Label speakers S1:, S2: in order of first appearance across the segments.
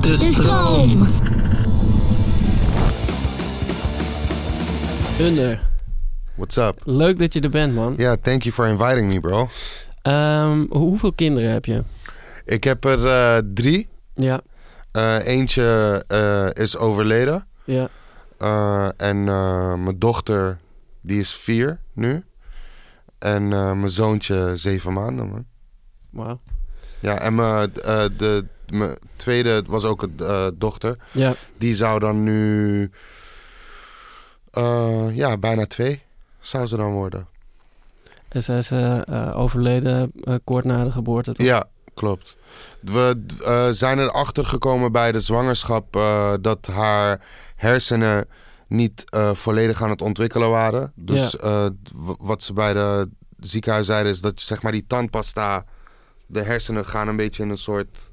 S1: de stroom.
S2: stroom.
S3: Under,
S4: What's up?
S3: leuk dat je er bent, man.
S4: Ja, thank you for inviting me, bro.
S3: Ehm, ho- hoeveel kinderen heb je?
S4: Ik heb er eh, drie.
S3: Ja,
S4: Eh, eentje eh, is overleden.
S3: ja.
S4: Eh, en eh, mijn dochter, die is vier nu. En eh, mijn zoontje, zeven maanden, man.
S3: Wauw.
S4: Ja, en mijn eh, de- mijn tweede het was ook een eh, dochter.
S3: Ja,
S4: Die zou dan nu... eh, ja, bijna twee zou ze dan worden.
S3: en zij is eh, eh, overleden eh, kort na de geboorte. toch?
S4: Ja, klopt. We d- eh, zijn erachter gekomen bij de zwangerschap eh, dat haar hersenen niet eh, volledig aan het ontwikkelen waren. Dus eh, w- wat ze bij de ziekenhuis zeiden is dat je, zeg maar die tandpasta, de hersenen gaan een beetje in een soort,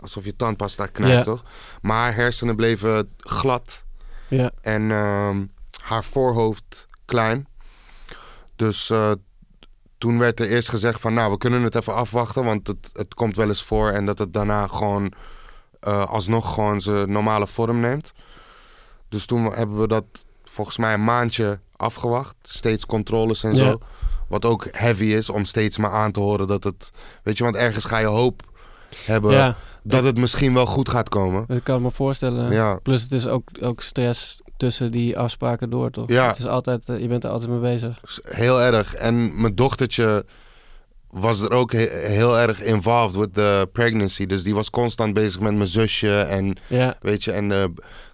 S4: alsof je tandpasta knijpt,
S3: Ja.
S4: toch? Maar haar hersenen bleven glad
S3: ja.
S4: en ehm, haar voorhoofd klein. Dus eh, toen werd er eerst gezegd van, nou, we kunnen het even afwachten, want het, het komt wel eens voor en dat het daarna gewoon eh, alsnog gewoon zijn normale vorm neemt. Dus toen hebben we dat volgens mij een maandje afgewacht, steeds controles en
S3: Ja.
S4: zo. Wat ook heavy is om steeds maar aan te horen dat het, weet je, want ergens ga je hoop hebben
S3: ja,
S4: dat het misschien wel goed gaat komen.
S3: dat kan ik me voorstellen.
S4: Ja,
S3: Plus het is ook, ook stress tussen die afspraken door, toch?
S4: Ja.
S3: Het is altijd, eh, je bent er altijd mee bezig.
S4: Dus Heel erg. En mijn dochtertje was er ook he- heel erg involved with the pregnancy. Dus die was constant bezig met mijn zusje en,
S3: Ja,
S4: weet je, en eh,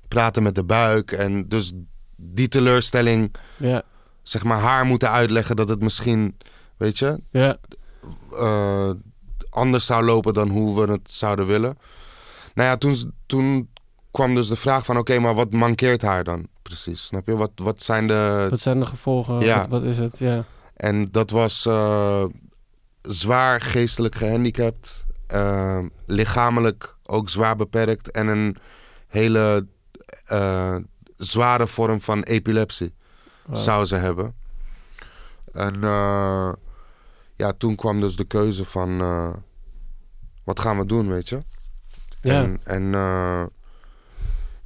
S4: praten met de buik. En dus die teleurstelling,
S3: ja,
S4: zeg maar, haar moeten uitleggen dat het misschien, weet je,
S3: ja.
S4: eh, anders zou lopen dan hoe we het zouden willen. Nou ja, toen, toen kwam dus de vraag van, oké, maar wat mankeert haar dan precies? Snap je? Wat, wat zijn de
S3: Wat zijn de gevolgen?
S4: Ja.
S3: Wat, wat is het? Ja,
S4: En dat was eh, zwaar geestelijk gehandicapt, eh, lichamelijk ook zwaar beperkt en een hele eh, zware vorm van epilepsie
S3: Wauw.
S4: zou ze hebben. En eh, ja, toen kwam dus de keuze van eh, wat gaan we doen, weet je?
S3: ja.
S4: En, en eh,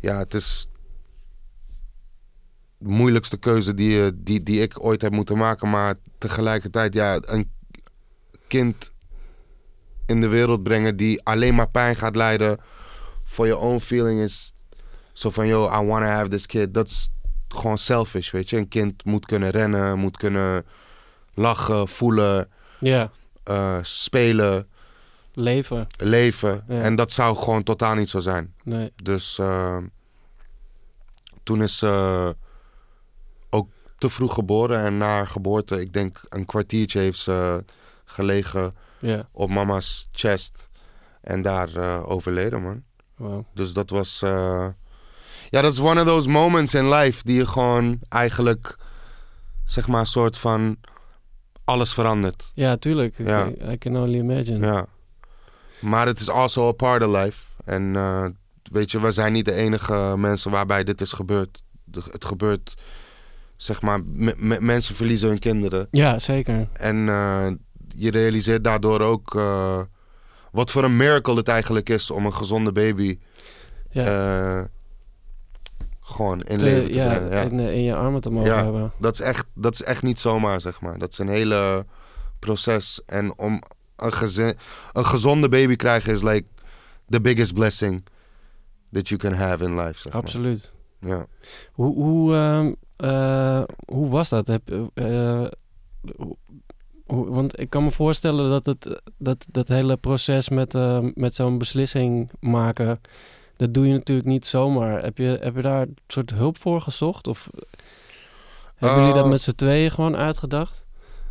S4: ja, het is de moeilijkste keuze die, je- die, die ik ooit heb moeten maken. Maar tegelijkertijd, ja, een kind in de wereld brengen die alleen maar pijn gaat lijden voor je own feeling is zo van, yo, I wanna have this kid. Dat is gewoon selfish, weet je. Een kind moet kunnen rennen, moet kunnen lachen, voelen,
S3: ja.
S4: eh, spelen,
S3: leven.
S4: leven.
S3: Ja.
S4: En dat zou gewoon totaal niet zo zijn.
S3: Nee.
S4: Dus eh, toen is ze ook te vroeg geboren. En na haar geboorte, ik denk een kwartiertje, heeft ze gelegen
S3: Ja,
S4: op mama's chest. En daar eh, overleden, man.
S3: wauw.
S4: Dus dat was. eh, ja, dat is one of those moments in life die je gewoon eigenlijk, zeg maar, soort van alles verandert.
S3: Ja, tuurlijk.
S4: Ja.
S3: I, I can only imagine.
S4: Ja. Maar het is also a part of life. En eh, weet je, we zijn niet de enige mensen waarbij dit is gebeurd. De- Het gebeurt, zeg maar, me- me- mensen verliezen hun kinderen.
S3: Ja, zeker.
S4: En eh, je realiseert daardoor ook eh, wat voor een miracle het eigenlijk is om een gezonde baby
S3: Ja.
S4: eh, gewoon in
S3: Te-
S4: leven te
S3: ja, eh,
S4: brengen. Ja.
S3: In, in je armen te mogen
S4: Ja.
S3: hebben.
S4: Dat, is echt, dat is echt niet zomaar, zeg maar. Dat is een hele proces. En om een, gezin, een gezonde baby krijgen is like the biggest blessing that you can have in life, zeg maar.
S3: Absoluut.
S4: Ja.
S3: Hoe, hoe, ehm, eh, hoe was dat? Heb, eh, eh, hoe- hoe- want ik kan me voorstellen dat het, dat, dat hele proces met, eh, met zo'n beslissing maken, dat doe je natuurlijk niet zomaar. Heb je, heb je daar een soort hulp voor gezocht? Of hebben jullie dat
S4: Eh,
S3: met z'n tweeën gewoon uitgedacht?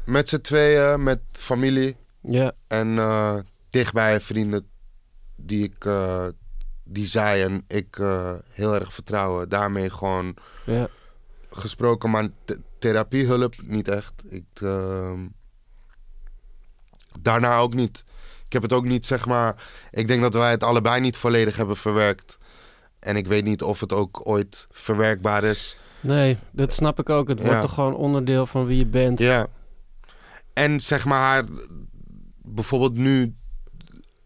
S4: Met z'n tweeën, met familie
S3: Ja,
S4: en eh, dichtbij vrienden die ik... eh, die zij en ik eh, heel erg vertrouwen. Daarmee gewoon
S3: ja,
S4: gesproken, maar th- therapiehulp niet echt. Ik, ehm, daarna ook niet. Ik heb het ook niet, zeg maar. Ik denk dat wij het allebei niet volledig hebben verwerkt. En ik weet niet of het ook ooit verwerkbaar is.
S3: nee, dat snap ik ook. Het
S4: Ja.
S3: wordt toch gewoon onderdeel van wie je bent.
S4: Ja. En zeg maar, haar, bijvoorbeeld nu,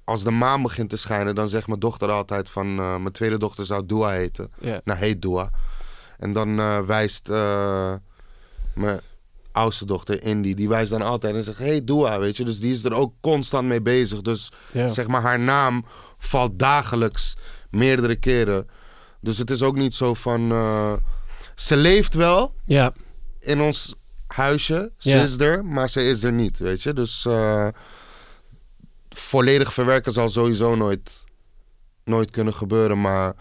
S4: als de maan begint te schijnen, dan zegt mijn dochter altijd van... eh, mijn tweede dochter zou Dua heten.
S3: Ja.
S4: Nou, heet Dua. En dan eh, wijst eh, mijn oudste dochter, Indy, die wijst dan altijd en zegt... Hey Dua, weet je. Dus die is er ook constant mee bezig. Dus
S3: Ja.
S4: zeg maar, haar naam valt dagelijks meerdere keren. Dus het is ook niet zo van... eh, ze leeft wel
S3: ja.
S4: in ons huisje. Ze
S3: Ja.
S4: is er, maar ze is er niet, weet je. Dus eh, volledig verwerken zal sowieso nooit, nooit kunnen gebeuren. Maar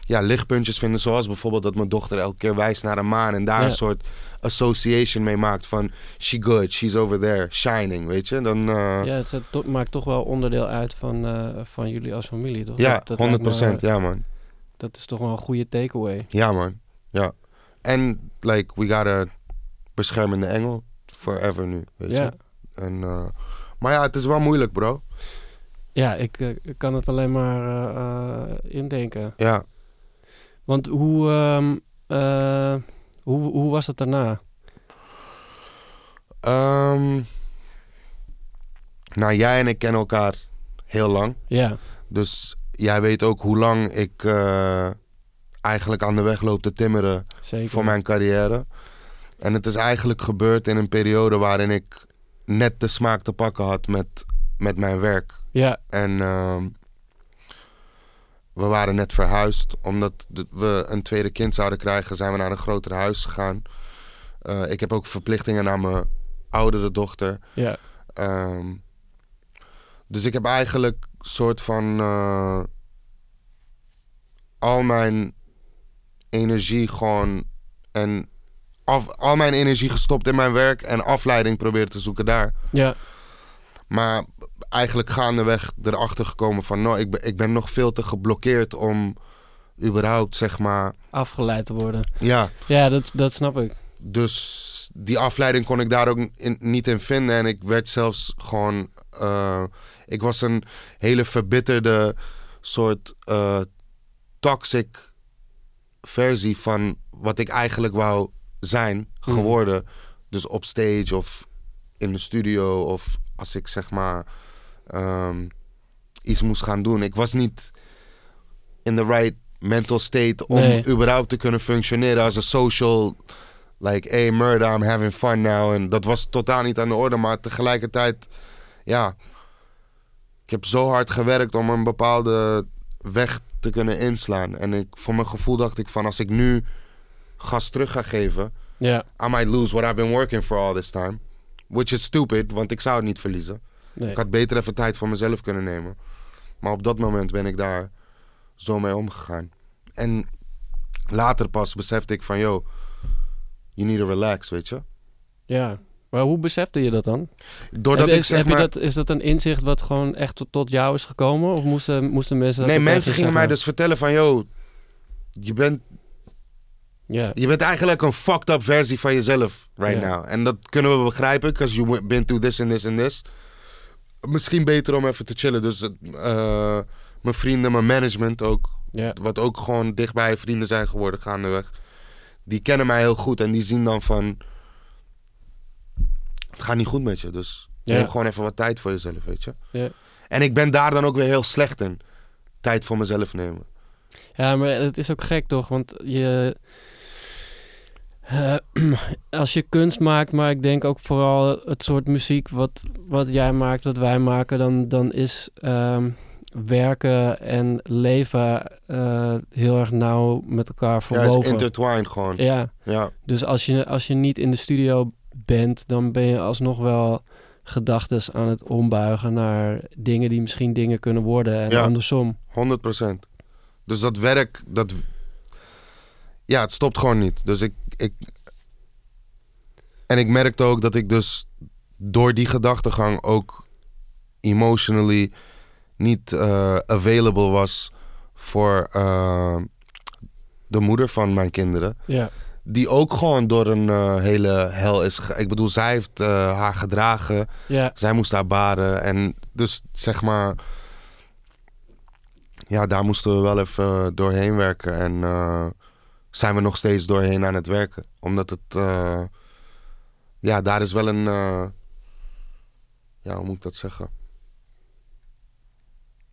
S4: ja, lichtpuntjes vinden zoals bijvoorbeeld dat mijn dochter elke keer wijst naar de maan... en daar
S3: Ja.
S4: een soort association mee maakt van... She good, she's over there, shining, weet je. Dan, eh,
S3: ja het, het to- maakt toch wel onderdeel uit van, eh, van jullie als familie, toch?
S4: ja,
S3: Dat- dat
S4: 100
S3: lijkt me- eh,
S4: procent. Ja, man.
S3: Dat is toch wel een goede takeaway.
S4: Ja, man. Ja. En, like, we got a beschermende engel forever nu, weet
S3: Ja.
S4: je. En, eh, maar ja, het is wel moeilijk, bro.
S3: Ja, ik eh, ik kan het alleen maar eh, eh, indenken.
S4: Ja.
S3: Want hoe, ehm, eh, hoe, hoe was het daarna?
S4: Ehm, nou, jij en ik kennen elkaar heel lang.
S3: Ja,
S4: Dus jij weet ook hoe lang ik eh, eigenlijk aan de weg loop te timmeren
S3: zeker.
S4: voor mijn carrière. En het is eigenlijk gebeurd in een periode waarin ik net de smaak te pakken had met, met mijn werk.
S3: Ja,
S4: En ehm, we waren net verhuisd. Omdat de- we een tweede kind zouden krijgen, zijn we naar een groter huis gegaan. Eh, ik heb ook verplichtingen naar mijn oudere dochter.
S3: ja,
S4: Ehm, dus ik heb eigenlijk soort van eh, al mijn energie gewoon en af, al mijn energie gestopt in mijn werk en afleiding proberen te zoeken daar.
S3: ja,
S4: Maar eigenlijk gaandeweg erachter gekomen van... No, ik, ben, ik ben nog veel te geblokkeerd om überhaupt, zeg maar...
S3: afgeleid te worden.
S4: Ja,
S3: Ja, dat, dat snap ik.
S4: dus die afleiding kon ik daar ook in- niet in vinden. En ik werd zelfs gewoon... eh, ik was een hele verbitterde soort eh, toxic versie van wat ik eigenlijk wou zijn
S3: Mhm.
S4: geworden. Dus op stage of in de studio of als ik zeg maar ehm, iets moest gaan doen. Ik was niet in the right mental state om
S3: Nee.
S4: überhaupt te kunnen functioneren als een social like hey murder I'm having fun now en dat was totaal niet aan de orde, maar tegelijkertijd ja ik heb zo hard gewerkt om een bepaalde weg te kunnen inslaan en ik voor mijn gevoel dacht ik van als ik nu gas terug ga geven
S3: Ja,
S4: I might lose what I've been working for all this time. Which is stupid, want ik zou het niet verliezen.
S3: nee.
S4: Ik had beter even tijd voor mezelf kunnen nemen. Maar op dat moment ben ik daar zo mee omgegaan. En later pas besefte ik van, yo, you need to relax, weet je.
S3: Ja. Maar hoe besefte je dat dan?
S4: Doordat
S3: Heb-
S4: ik
S3: is,
S4: zeg
S3: heb
S4: maar...
S3: je dat, is dat een inzicht wat gewoon echt tot, tot jou is gekomen? Of moesten, moesten mensen... dat
S4: nee,
S3: opeens
S4: mensen gingen
S3: zeggen?
S4: mij dus vertellen van, yo, je bent,
S3: Ja,
S4: je bent eigenlijk een fucked up versie van jezelf right
S3: Ja.
S4: now. En dat kunnen we begrijpen, because you been through this and this and this. Misschien beter om even te chillen. Dus eh, mijn vrienden, mijn management ook,
S3: ja,
S4: wat ook gewoon dichtbij vrienden zijn geworden gaandeweg. Die kennen mij heel goed en die zien dan van... Het gaat niet goed met je, dus
S3: Ja.
S4: neem gewoon even wat tijd voor jezelf, weet je.
S3: ja.
S4: En ik ben daar dan ook weer heel slecht in. Tijd voor mezelf nemen.
S3: Ja, maar het is ook gek toch? Want je. eh, als je kunst maakt, maar ik denk ook vooral het soort muziek wat, wat jij maakt, wat wij maken, dan, dan is ehm, werken en leven eh, heel erg nauw met elkaar
S4: Ja, is
S3: verwoven.
S4: intertwined gewoon.
S3: Ja,
S4: Ja,
S3: dus als je, als je niet in de studio bent, dan ben je alsnog wel gedachten aan het ombuigen naar dingen die misschien dingen kunnen worden en
S4: Ja.
S3: andersom.
S4: 100%. Dus dat werk, dat... Ja, het stopt gewoon niet. Dus ik, ik... En ik merkte ook dat ik dus door die gedachtegang ook emotionally niet eh, available was voor eh, de moeder van mijn kinderen.
S3: Ja,
S4: Die ook gewoon door een eh, hele hel is. ge- Ik bedoel, zij heeft eh, haar gedragen.
S3: ja,
S4: Zij moest daar baren. En dus zeg maar. Ja, daar moesten we wel even eh, doorheen werken. En eh, zijn we nog steeds doorheen aan het werken. Omdat het. eh, ja, daar is wel een. eh, ja, hoe moet ik dat zeggen?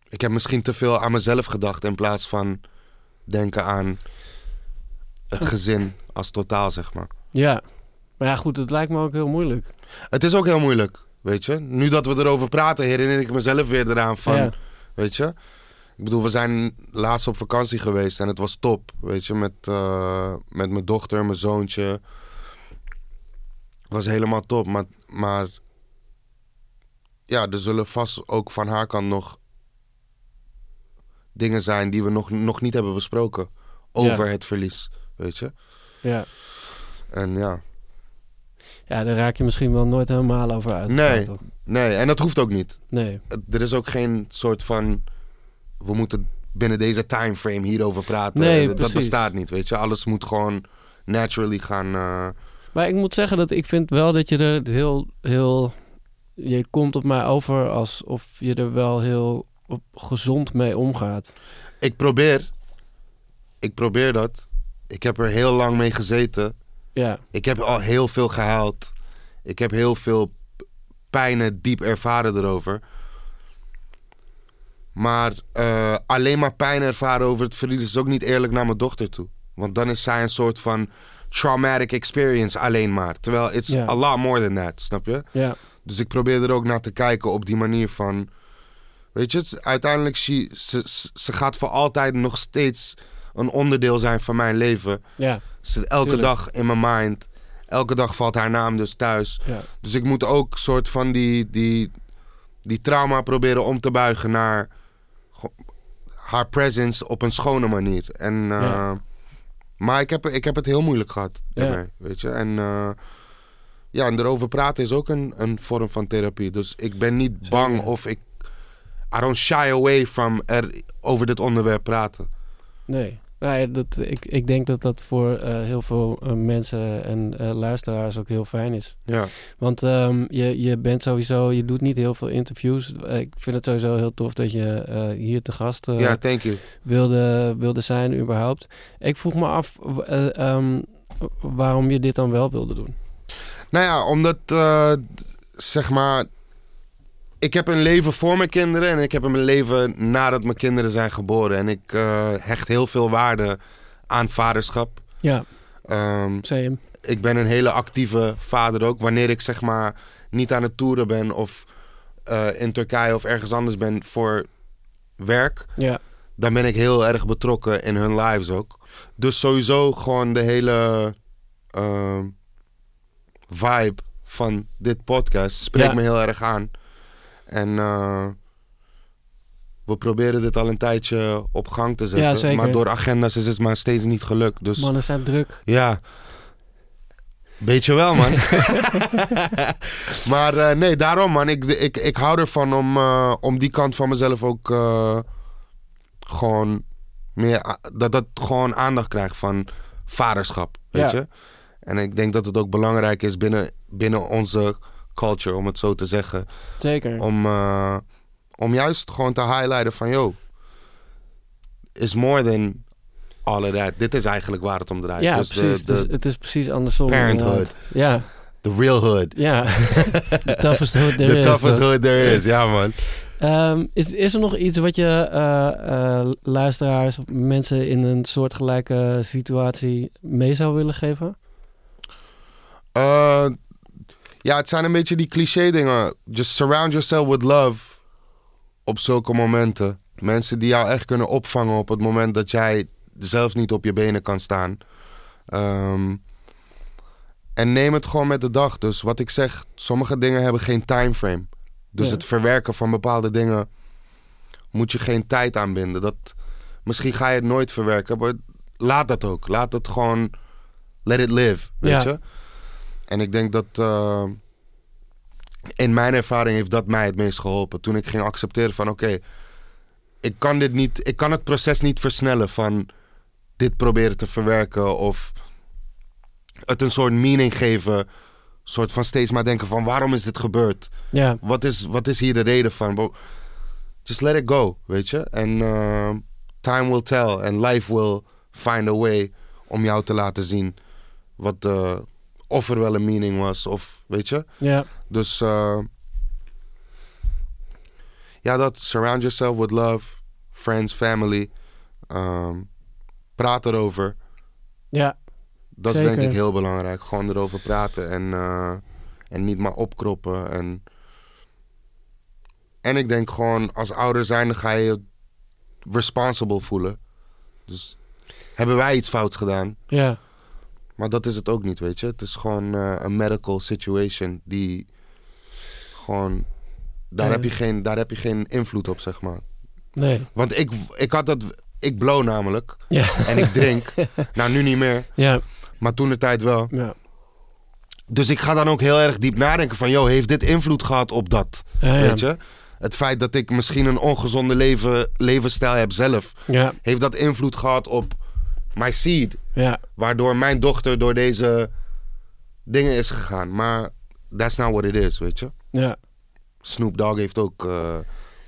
S4: Ik heb misschien te veel aan mezelf gedacht in plaats van denken aan het gezin als totaal, zeg maar.
S3: Ja. Maar ja, goed, het lijkt me ook heel moeilijk.
S4: Het is ook heel moeilijk, weet je. Nu dat we erover praten, herinner ik mezelf weer eraan van,
S3: Ja.
S4: weet je. Ik bedoel, we zijn laatst op vakantie geweest en het was top, weet je. Met, eh, met mijn dochter, mijn zoontje. Het was helemaal top, maar, maar... Ja, er zullen vast ook van haar kant nog dingen zijn die we nog, nog niet hebben besproken over het verlies, weet je.
S3: Ja.
S4: En ja...
S3: ja, daar raak je misschien wel nooit helemaal over uit.
S4: Nee. Nee, en dat hoeft ook niet.
S3: Nee.
S4: Het- Er is ook geen soort van. We moeten binnen deze timeframe hierover praten.
S3: Nee,
S4: dat, dat
S3: precies.
S4: bestaat niet, weet je. Alles moet gewoon naturally gaan. eh,
S3: Maar ik moet zeggen dat ik vind wel dat je er heel, heel... Je komt op mij over alsof je er wel heel op- gezond mee omgaat.
S4: Ik probeer. Ik probeer dat. Ik heb er heel lang mee gezeten.
S3: Ja,
S4: Ik heb al heel veel gehuild. Ik heb heel veel p- pijnen diep ervaren erover. Maar eh, alleen maar pijn ervaren over het verlies is ook niet eerlijk naar mijn dochter toe. Want dan is zij een soort van traumatic experience alleen maar. Terwijl it's
S3: Ja.
S4: a lot more than that, snap je?
S3: ja,
S4: Dus ik probeer er ook naar te kijken op die manier van... Weet je, het is- uiteindelijk she, ze, ze- ze gaat voor altijd nog steeds een onderdeel zijn van mijn leven
S3: ja,
S4: zit elke
S3: Tuurlijk.
S4: dag in mijn mind. Elke dag valt haar naam dus thuis.
S3: ja.
S4: Dus ik moet ook soort van die, die, die trauma proberen om te buigen naar go- haar presence op een schone manier. En, eh,
S3: Ja.
S4: Maar ik heb, ik heb het heel moeilijk gehad
S3: Ja.
S4: daarmee, weet je. En, eh, ja, en erover praten is ook een, een vorm van therapie. Dus ik ben niet bang
S3: Zeker.
S4: of ik... I don't shy away from er over dit onderwerp praten.
S3: Nee. Nou ja, dat, ik, ik denk dat dat voor eh, heel veel eh, mensen en eh, luisteraars ook heel fijn is.
S4: Ja,
S3: Want ehm, je, je bent sowieso, je doet niet heel veel interviews. Eh, Ik vind het sowieso heel tof dat je eh, hier te gast eh,
S4: ja thank you.
S3: wilde, wilde zijn, überhaupt. Ik vroeg me af w- eh, ehm, waarom je dit dan wel wilde doen.
S4: Nou ja, omdat eh, d- zeg maar. Ik heb een leven voor mijn kinderen en ik heb een leven nadat mijn kinderen zijn geboren. En ik eh, hecht heel veel waarde aan vaderschap.
S3: Ja,
S4: Ehm,
S3: same.
S4: ik ben een hele actieve vader ook. Wanneer ik zeg maar niet aan het toeren ben of eh, in Turkije of ergens anders ben voor werk,
S3: Ja,
S4: dan ben ik heel erg betrokken in hun lives ook. Dus sowieso gewoon de hele ehm, vibe van dit podcast spreekt
S3: Ja.
S4: me heel erg aan. En eh, we proberen dit al een tijdje op gang te zetten.
S3: Ja, zeker.
S4: Maar door agendas is het maar steeds niet gelukt. Dus
S3: mannen zijn druk.
S4: ja. Beetje wel, man. maar eh, nee, daarom, man. Ik, ik, ik hou ervan om, eh, om die kant van mezelf ook eh, gewoon meer. a- Dat dat gewoon aandacht krijgt van vaderschap. Weet
S3: Ja.
S4: je? En ik denk dat het ook belangrijk is binnen, binnen onze culture, om het zo te zeggen.
S3: Zeker.
S4: Om, eh, om juist gewoon te highlighten van, yo, is more than all of that. Dit is eigenlijk waar het om draait.
S3: Ja,
S4: dus
S3: precies.
S4: de, de,
S3: het, is, het is precies andersom.
S4: Parenthood.
S3: inderdaad. Ja,
S4: de real hood.
S3: ja. The toughest hood there
S4: The
S3: is.
S4: toughest
S3: dat-
S4: hood there is, ja man.
S3: Ehm, is, is er nog iets wat je eh, eh, luisteraars, of mensen in een soortgelijke situatie mee zou willen geven?
S4: Eh, ja, het zijn een beetje die cliché dingen. Just surround yourself with love op zulke momenten. Mensen die jou echt kunnen opvangen op het moment dat jij zelf niet op je benen kan staan. Ehm, en neem het gewoon met de dag. Dus wat ik zeg, sommige dingen hebben geen timeframe. Dus
S3: Ja.
S4: het verwerken van bepaalde dingen moet je geen tijd aanbinden. Dat, misschien ga je het nooit verwerken, maar laat dat ook. Laat het gewoon, let it live, weet
S3: Ja.
S4: je? En ik denk dat, eh, in mijn ervaring heeft dat mij het meest geholpen. Toen ik ging accepteren van, oké, ik kan dit niet, ik kan het proces niet versnellen van dit proberen te verwerken of het een soort meaning geven. soort van steeds maar denken van waarom is dit gebeurd?
S3: Ja,
S4: wat is, wat is hier de reden van? Bo- Just let it go, weet je? En eh, time will tell en life will find a way om jou te laten zien wat de, of er wel een Dus, meaning was of weet je?
S3: ja,
S4: Dus eh, ehm, ja, dat surround yourself with love, friends, family. Ehm, praat erover.
S3: Ja,
S4: Dat is denk
S3: Zeker.
S4: ik heel belangrijk. Gewoon erover praten en, eh, en niet maar opkroppen. En, en ik denk gewoon, als ouder zijnde ga je je responsible voelen. Dus hebben wij iets fout gedaan?
S3: ja.
S4: Maar dat is het ook niet, weet je. Het is gewoon eh, een medical situation die gewoon... Daar,
S3: Ja.
S4: heb je geen, daar heb je geen invloed op, zeg maar.
S3: Nee.
S4: Want ik, ik had dat... Ik blow namelijk.
S3: Ja.
S4: En ik drink. nou, nu niet meer.
S3: Ja.
S4: Maar toen de tijd wel.
S3: ja.
S4: Dus ik ga dan ook heel erg diep nadenken van... Yo, heeft dit invloed gehad op dat?
S3: Ja, ja.
S4: Weet je? Het feit dat ik misschien een ongezonde leven, levensstijl heb zelf...
S3: Ja.
S4: Heeft dat invloed gehad op my seed?
S3: Ja.
S4: Waardoor mijn dochter door deze dingen is gegaan. Maar that's not what it is, weet je?
S3: Ja.
S4: Snoop Dogg heeft ook eh,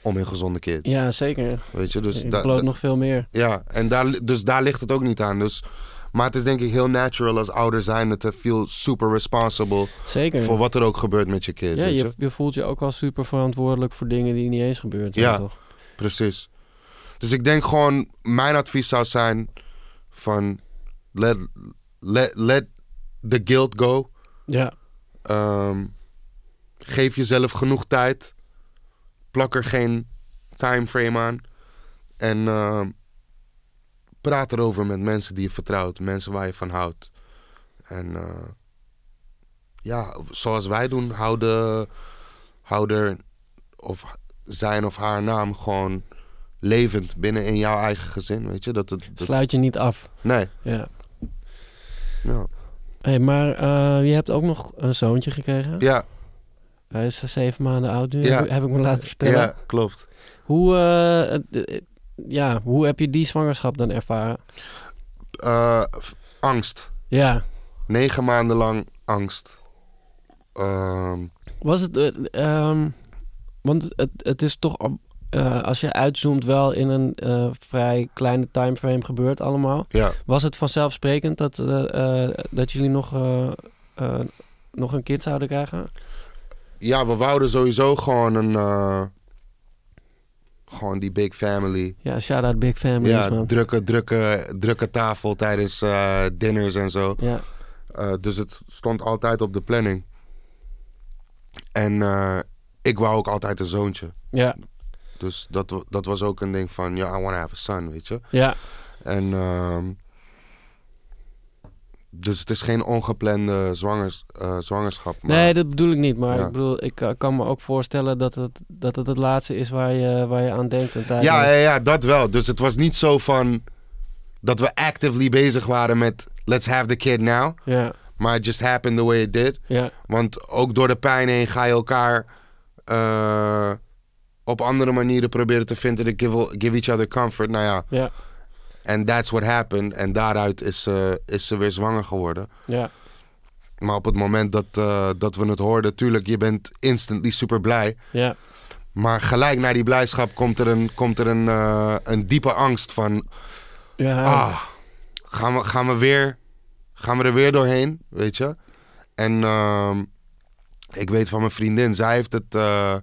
S4: om in gezonde kids.
S3: ja, zeker.
S4: Weet je? Dus
S3: ik
S4: da-
S3: bloot
S4: da-
S3: nog veel meer.
S4: ja, en daar, dus daar ligt het ook niet aan. Dus, maar het is denk ik heel natural als ouder zijn... te feel super responsible...
S3: Zeker.
S4: voor wat er ook gebeurt met je kids,
S3: ja,
S4: weet je?
S3: je, je voelt je ook al super verantwoordelijk voor dingen die niet eens gebeurd zijn,
S4: Ja.
S3: toch?
S4: Precies. Dus ik denk gewoon, mijn advies zou zijn van let, let, let the guilt go.
S3: Ja.
S4: Ehm, geef jezelf genoeg tijd. Plak er geen timeframe aan. En ehm, praat erover met mensen die je vertrouwt, mensen waar je van houdt. En eh, ja, zoals wij doen, hou de houder of zijn of haar naam gewoon levend binnen in jouw eigen gezin. Weet je dat het. dat-
S3: Sluit je niet af.
S4: nee,
S3: Ja.
S4: ja.
S3: Hey, maar eh, je hebt ook nog een zoontje gekregen.
S4: Ja,
S3: Hij is zeven maanden oud nu,
S4: Ja.
S3: heb, ik- heb ik me laten vertellen.
S4: ja, klopt.
S3: Hoe, eh, het- het- ja, hoe heb je die zwangerschap dan ervaren?
S4: Eh, angst.
S3: Ja,
S4: Negen maanden lang angst. Ehm,
S3: was het... eh, ehm, want het, het is toch, eh, als je uitzoomt, wel in een eh, vrij kleine timeframe gebeurd allemaal.
S4: ja,
S3: Was het vanzelfsprekend dat, eh, eh, dat jullie nog, eh, eh, nog een kind zouden krijgen?
S4: ja, we wouden sowieso gewoon een... eh, gewoon die big family.
S3: Ja, shout-out Big Families,
S4: Ja,
S3: man.
S4: drukke, drukke, drukke tafel tijdens eh, dinners en zo.
S3: Ja,
S4: Eh, dus het stond altijd op de planning. En eh, ik wou ook altijd een zoontje.
S3: ja,
S4: Dus dat, wa- dat was ook een ding van... Ja, I want to have a son, weet je.
S3: ja,
S4: En ehm, dus het is geen ongeplande zwangers, eh, zwangerschap. Maar,
S3: Nee, dat bedoel ik niet. Maar
S4: Ja.
S3: ik bedoel, ik eh, kan me ook voorstellen dat het dat het, het laatste is waar je, waar je aan denkt. Een tijd
S4: ja,
S3: lang.
S4: ja, ja, dat wel. Dus het was niet zo van dat we actively bezig waren met let's have the kid now.
S3: ja,
S4: Maar it just happened the way it did.
S3: ja,
S4: Want ook door de pijn heen ga je elkaar eh, op andere manieren proberen te vinden. To give, give each other comfort. Nou ja,
S3: ja,
S4: and that's what happened. En daaruit is, ze- is ze weer zwanger geworden.
S3: ja,
S4: Maar op het moment dat, eh, dat we het hoorden, tuurlijk, je bent instantly super blij.
S3: ja,
S4: Maar gelijk na die blijdschap komt er een, komt er een, eh, een diepe angst van...
S3: ja.
S4: Ah, gaan we, gaan, we weer, gaan we er weer doorheen, weet je? En ehm, ik weet van mijn vriendin, zij heeft het... eh,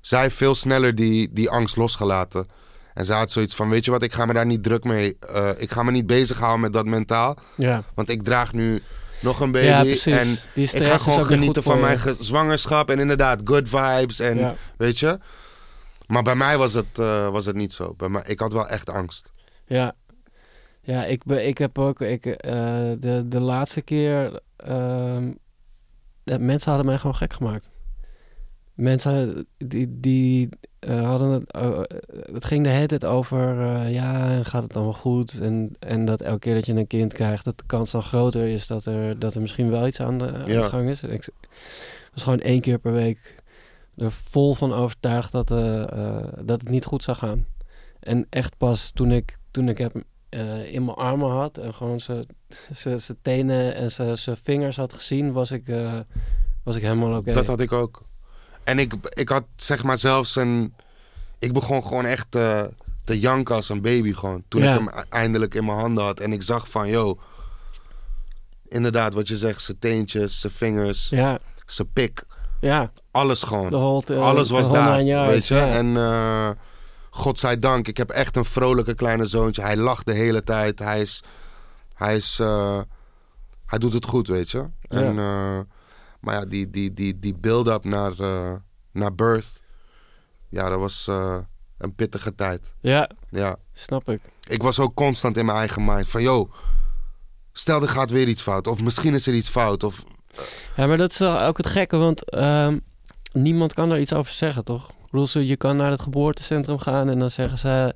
S4: zij heeft veel sneller die, die angst losgelaten. En zij had zoiets van, weet je wat, ik ga me daar niet druk mee... eh, ik ga me niet bezighouden met dat mentaal.
S3: ja.
S4: Want ik draag nu nog een baby.
S3: ja, precies.
S4: En
S3: Die
S4: ik ga
S3: stress is
S4: gewoon
S3: ook niet
S4: genieten
S3: goed voor
S4: van mijn
S3: je.
S4: ge- zwangerschap en inderdaad good vibes en
S3: Ja.
S4: weet je. Maar bij mij was het, eh, was het niet zo. Bij mij, ik had wel echt angst.
S3: Ja, ja ik, be, ik heb ook... Ik, eh, de, de laatste keer... ehm, ja, mensen hadden mij gewoon gek gemaakt. Mensen die, die eh, hadden het... eh, het ging de hele tijd over... eh, ja, gaat het dan wel goed? En, en dat elke keer dat je een kind krijgt... dat de kans dan groter is dat er, dat er misschien wel iets aan de, aan de
S4: Ja.
S3: gang is. En ik was gewoon één keer per week er vol van overtuigd dat, eh, eh, dat het niet goed zou gaan. En echt pas toen ik, toen ik heb, eh, in mijn armen had en gewoon zijn tenen en zijn vingers had gezien, was ik, eh, was ik helemaal oké.
S4: Dat had ik ook. En ik, ik had zeg maar zelfs een... Ik begon gewoon echt eh, te janken als een baby gewoon. Toen
S3: Ja.
S4: ik hem e- eindelijk in mijn handen had. En ik zag van, yo... Inderdaad, wat je zegt, zijn teentjes, zijn vingers,
S3: Ja,
S4: zijn pik.
S3: Ja,
S4: Alles gewoon.
S3: de whole, eh,
S4: Alles
S3: de
S4: was
S3: whole
S4: daar,
S3: nine yards,
S4: weet je.
S3: ja.
S4: En eh godzijdank, ik heb echt een vrolijke kleine zoontje. Hij lacht de hele tijd. Hij is... Hij is... eh, hij doet het goed, weet je. En, eh, maar ja, die, die, die, die build-up naar, eh, naar Birth... Ja, dat was eh, een pittige tijd.
S3: ja,
S4: Ja.
S3: snap ik.
S4: Ik was ook constant in mijn eigen mind. Van, yo... Stel, er gaat weer iets fout. Of misschien is er iets fout. Of
S3: Ja, maar dat is wel ook het gekke, want ehm, niemand kan daar iets over zeggen, toch? Ik bedoel, zo, je kan naar het geboortecentrum gaan en dan zeggen ze...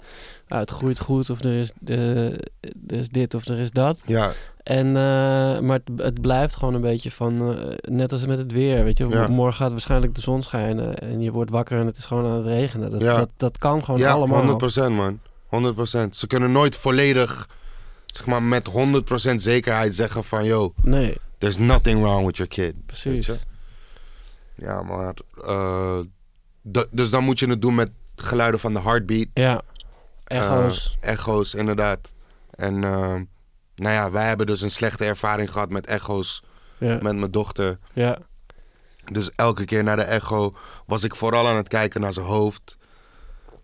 S3: ah, het groeit goed, of er is, eh, er is dit, of er is dat.
S4: ja,
S3: En, eh, maar het, het blijft gewoon een beetje van... eh, net als met het weer, weet je.
S4: Ja.
S3: Morgen gaat waarschijnlijk de zon schijnen en je wordt wakker en het is gewoon aan het regenen. Dat,
S4: Ja.
S3: dat, dat kan gewoon
S4: ja,
S3: allemaal.
S4: 100% man. 100%. Ze kunnen nooit volledig, zeg maar, met 100% zekerheid zeggen van... Yo,
S3: Nee,
S4: there's nothing wrong with your kid.
S3: precies.
S4: Weet Ja, maar... eh, d- dus dan moet je het doen met geluiden van de heartbeat.
S3: Ja,
S4: Eh,
S3: echo's.
S4: Echo's, inderdaad. En eh, nou ja, wij hebben dus een slechte ervaring gehad met echo's
S3: ja,
S4: met mijn dochter.
S3: ja,
S4: Dus elke keer naar de echo was ik vooral aan het kijken naar zijn hoofd.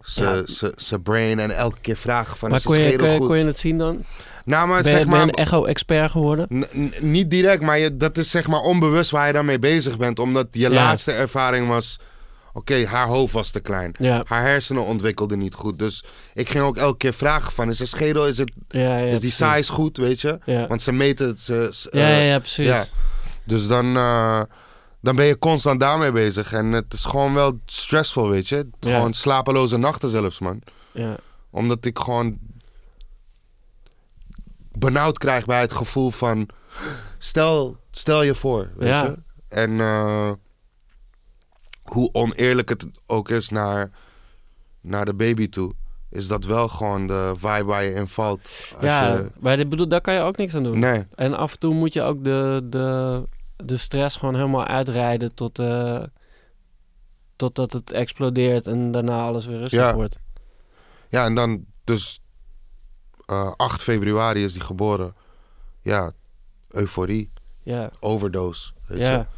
S4: Zijn
S3: Ja.
S4: zijn brain en elke keer vragen van
S3: Maar
S4: is je
S3: kon je,
S4: schedel
S3: kon, je-
S4: goed?
S3: kon je het zien dan?
S4: nou, maar
S3: ben, je-
S4: zeg
S3: ben je
S4: maar,
S3: een echo-expert geworden?
S4: N- n- niet direct, maar je, dat is zeg maar onbewust waar je daarmee bezig bent. Omdat je laatste ervaring was... Oké, haar hoofd was te klein.
S3: Ja,
S4: Haar hersenen ontwikkelden niet goed. Dus ik ging ook elke keer vragen van... Is de schedel, is, het,
S3: ja, ja.
S4: is Dus die
S3: precies.
S4: size goed, weet je?
S3: Ja.
S4: Want ze meten het... Ze, ze-
S3: ja,
S4: eh,
S3: ja, ja, precies.
S4: ja. Dus dan, eh, dan ben je constant daarmee bezig. En het is gewoon wel stressvol, weet je?
S3: Ja.
S4: Gewoon slapeloze nachten zelfs, man.
S3: Ja.
S4: Omdat ik gewoon benauwd krijg bij het gevoel van... Stel, stel je voor, weet
S3: Ja.
S4: je. En eh, hoe oneerlijk het ook is naar, naar de baby toe... is dat wel gewoon de vibe waar je in valt. Als
S3: Ja,
S4: je-
S3: maar dit bedoel, daar kan je ook niks aan doen.
S4: nee,
S3: En af en toe moet je ook de, de, de stress gewoon helemaal uitrijden tot, eh, totdat het explodeert en daarna alles weer rustig
S4: Ja.
S3: wordt.
S4: ja, en dan dus... eh, 8 februari is die geboren. Ja, euforie,
S3: Ja,
S4: overdose, weet je.
S3: ja,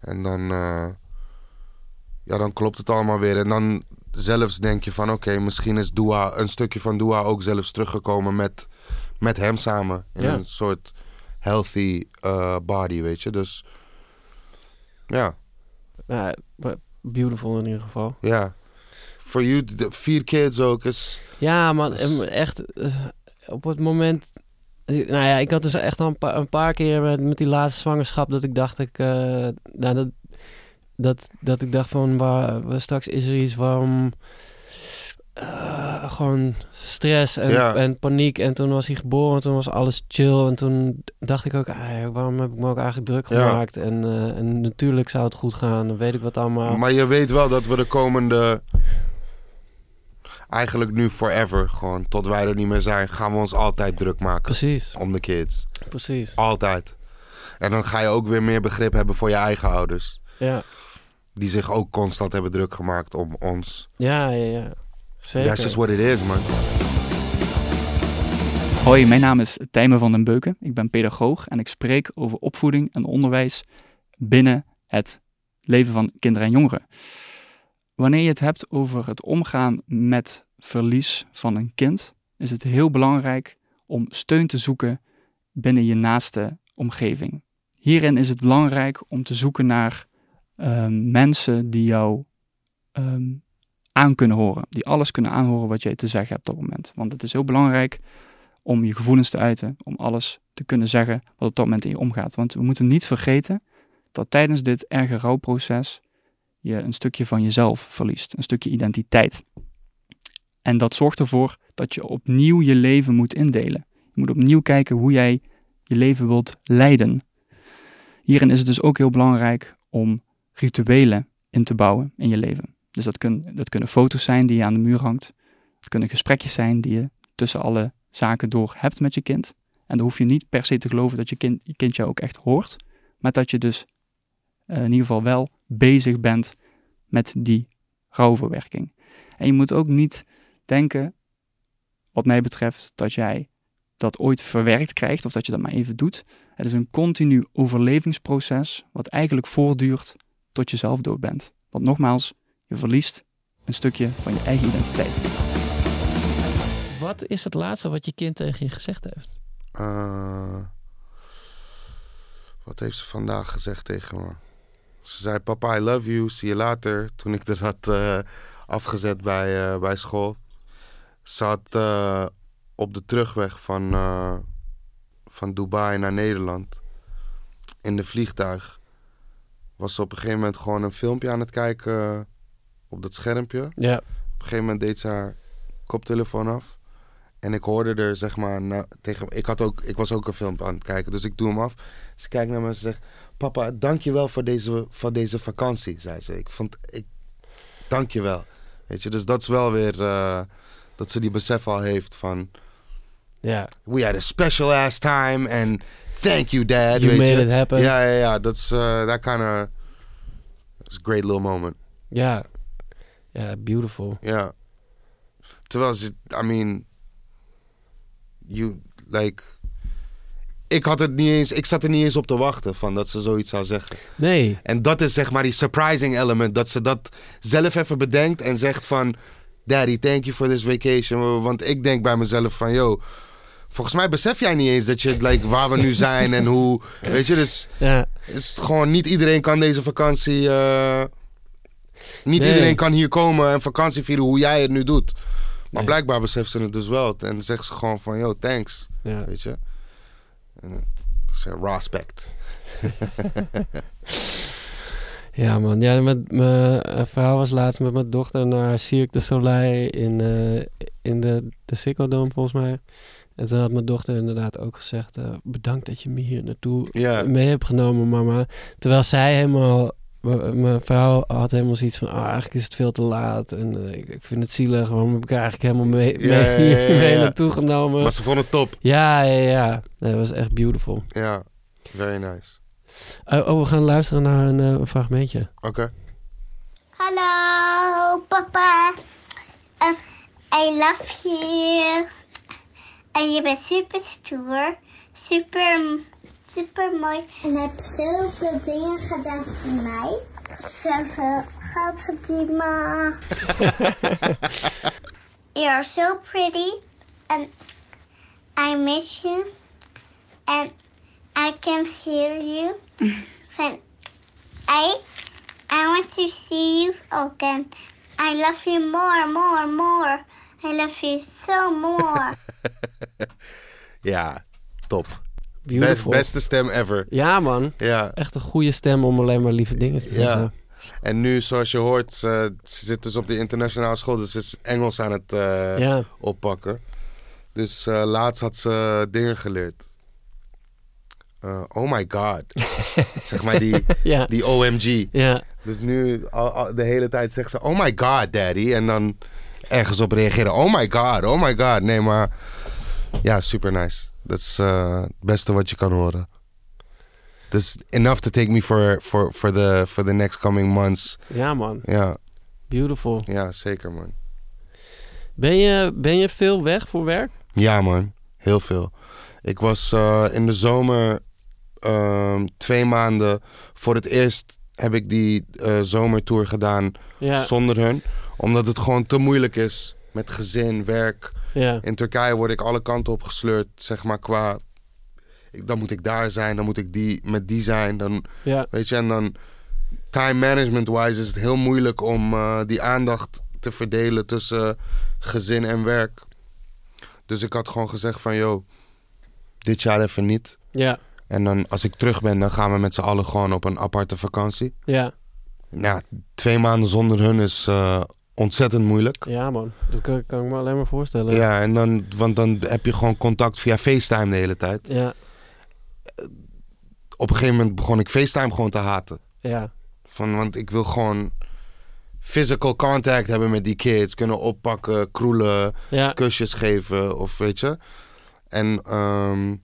S4: En dan, eh, ja, dan klopt het allemaal weer. En dan zelfs denk je van oké, misschien is Dua, een stukje van Dua ook zelfs teruggekomen met, met hem samen. In
S3: Ja.
S4: een soort healthy eh, body, weet je. Dus ja,
S3: Nou, maar beautiful in ieder geval.
S4: ja. Voor you, de vier kids ook is...
S3: Ja, man,
S4: Dus-
S3: en echt eh, op het moment. Nou ja, ik had dus echt al een, paar een paar keer met, met die laatste zwangerschap dat ik dacht ik, eh, nou, dat, dat, dat ik dacht van waar, waar- straks is er iets waarom eh, gewoon stress en,
S4: Ja.
S3: en paniek. En toen was hij geboren, en toen was alles chill. En toen dacht ik ook, ah, ja, waarom heb ik me ook eigenlijk druk
S4: Ja.
S3: gemaakt? En, eh, en natuurlijk zou het goed gaan, dan weet ik wat allemaal.
S4: Maar je weet wel dat we de komende... Eigenlijk nu forever gewoon. Tot wij er niet meer zijn, gaan we ons altijd druk maken.
S3: precies,
S4: Om de kids.
S3: precies.
S4: Altijd. En dan ga je ook weer meer begrip hebben voor je eigen ouders.
S3: Ja,
S4: Die zich ook constant hebben druk gemaakt om ons.
S3: ja, ja. ja. Zeker.
S4: That's just what it is, man.
S1: Hoi, mijn naam is Tijmen van den Beuken. Ik ben pedagoog en ik spreek over opvoeding en onderwijs binnen het leven van kinderen en jongeren. Wanneer je het hebt over het omgaan met verlies van een kind, is het heel belangrijk om steun te zoeken binnen je naaste omgeving. Hierin is het belangrijk om te zoeken naar ehm, mensen die jou ehm, aan kunnen horen, die alles kunnen aanhoren wat jij te zeggen hebt op dat moment. Want het is heel belangrijk om je gevoelens te uiten, om alles te kunnen zeggen wat op dat moment in je omgaat. Want we moeten niet vergeten dat tijdens dit erge rouwproces je een stukje van jezelf verliest, een stukje identiteit. En dat zorgt ervoor dat je opnieuw je leven moet indelen. Je moet opnieuw kijken hoe jij je leven wilt leiden. Hierin is het dus ook heel belangrijk om rituelen in te bouwen in je leven. Dus dat, kun- dat kunnen foto's zijn die je aan de muur hangt. Het kunnen gesprekjes zijn die je tussen alle zaken door hebt met je kind. En dan hoef je niet per se te geloven dat je kind je, kind je ook echt hoort. Maar dat je dus eh, in ieder geval wel bezig bent met die rouwverwerking. En je moet ook niet denken, wat mij betreft, dat jij dat ooit verwerkt krijgt of dat je dat maar even doet. Het is een continu overlevingsproces wat eigenlijk voortduurt tot je zelf dood bent. Want nogmaals, je verliest een stukje van je eigen identiteit.
S3: Wat is het laatste wat je kind tegen je gezegd heeft?
S4: Eh, wat heeft ze vandaag gezegd tegen me? Ze zei, papa, I love you, zie je later. Toen ik dat had eh, afgezet bij, eh, bij school. Ze had eh, op de terugweg van, eh, van Dubai naar Nederland... in de vliegtuig... was ze op een gegeven moment gewoon een filmpje aan het kijken... eh, op dat schermpje.
S3: Ja.
S4: Op een gegeven moment deed ze haar koptelefoon af. En ik hoorde er, zeg maar, na- tegen ik, had ook, ik was ook een film aan het kijken, dus ik doe hem af. Ze kijkt naar me en ze zegt: Papa, dankjewel voor deze, voor deze vakantie, zei ze. Ik vond, ik, dankjewel. Weet je, dus dat is wel weer eh, dat ze die besef al heeft van:
S3: Ja.
S4: We had a special ass time and thank you, dad.
S3: You
S4: weet
S3: made
S4: je.
S3: it happen.
S4: Ja, ja, ja, dat is, eh that kind of, it's a great little moment.
S3: Ja. Ja, beautiful.
S4: Ja. Terwijl ze, I mean, you, like, ik had het niet eens, ik zat er niet eens op te wachten van dat ze zoiets zou zeggen.
S3: Nee.
S4: En dat is zeg maar die surprising element, dat ze dat zelf even bedenkt en zegt van, daddy, thank you for this vacation. Want ik denk bij mezelf van, yo, volgens mij besef jij niet eens dat je, like, waar we nu zijn en hoe, weet je, dus
S3: Ja.
S4: is het gewoon niet iedereen kan deze vakantie. eh, niet
S3: Nee.
S4: iedereen kan hier komen en vakantie vieren hoe jij het nu doet. Maar
S3: Nee.
S4: blijkbaar beseft ze het dus wel. En dan zegt ze gewoon van, yo, thanks.
S3: ja.
S4: Weet je? En, eh, ze respect.
S3: Ja, man. Ja, met, mijn eh, verhaal was laatst met mijn dochter naar Cirque du Soleil in, eh, in de, de Ziggo Dome, volgens mij. En toen had mijn dochter inderdaad ook gezegd... eh, bedankt dat je me hier naartoe
S4: Ja.
S3: mee hebt genomen, mama. Terwijl zij helemaal... m- Mijn vrouw had helemaal zoiets van... ah eigenlijk is het veel te laat. En eh, ik, ik vind het zielig. Waarom heb ik haar eigenlijk helemaal mee,
S4: Ja,
S3: mee,
S4: ja, ja, ja,
S3: mee
S4: ja.
S3: naartoe genomen?
S4: Maar ze vond het top.
S3: Ja, ja, ja. Nee, dat was echt beautiful.
S4: Ja, very nice.
S3: Eh, oh, we gaan luisteren naar een eh, fragmentje.
S4: Oké.
S2: Hello, papa. Um, I love you. En je bent super stoer. Super, super mooi. En heb zoveel dingen gedaan voor mij. Zoveel geld verdiend, ma. you are so pretty. And I miss you. And I can hear you. And I I want to see you again. I love you more, more, more. I love you so more.
S4: ja, top. Be-
S3: Beautiful.
S4: beste stem ever.
S3: Ja, man.
S4: Ja.
S3: Echt een goede stem om alleen maar lieve dingen te zeggen.
S4: Ja. En nu, zoals je hoort, ze, ze zit dus op de internationale school. Dus ze is Engels aan het eh,
S3: Ja.
S4: oppakken. Dus eh, laatst had ze dingen geleerd. Eh, oh my god. zeg maar die,
S3: Ja.
S4: die OMG.
S3: Ja.
S4: Dus nu al, al- de hele tijd zegt ze: Oh my god, daddy. En dan ergens op reageren: Oh my god, oh my god. Nee, maar ja, super nice. Dat is eh, het beste wat je kan horen. Dus enough to take me for, for, for, the, for the next coming months.
S3: ja, man.
S4: Ja,
S3: Beautiful.
S4: ja, zeker man.
S3: Ben je, ben je veel weg voor werk?
S4: Ja, man. Heel veel. Ik was eh, in de zomer ehm, twee maanden. Voor het eerst heb ik die eh, zomertour gedaan
S3: Ja.
S4: zonder hun. Omdat het gewoon te moeilijk is met gezin, werk.
S3: ja.
S4: In Turkije word ik alle kanten op gesleurd, zeg maar, qua... ik- Dan moet ik daar zijn, dan moet ik die, met die zijn. Dan,
S3: Ja.
S4: weet je, en dan... Time management-wise is het heel moeilijk om eh, die aandacht te verdelen tussen gezin en werk. Dus ik had gewoon gezegd van, yo, dit jaar even niet.
S3: Ja.
S4: En dan, als ik terug ben, dan gaan we met z'n allen gewoon op een aparte vakantie.
S3: Ja.
S4: Nou, twee maanden zonder hun is eh, ontzettend moeilijk.
S3: Ja, man. Dat kan, kan ik me alleen maar voorstellen.
S4: Ja, en dan, want dan heb je gewoon contact via FaceTime de hele tijd.
S3: Ja.
S4: Op een gegeven moment begon ik FaceTime gewoon te haten.
S3: Ja.
S4: Van, want ik wil gewoon physical contact hebben met die kids. Kunnen oppakken, kroelen,
S3: Ja.
S4: kusjes geven of weet je. En ehm,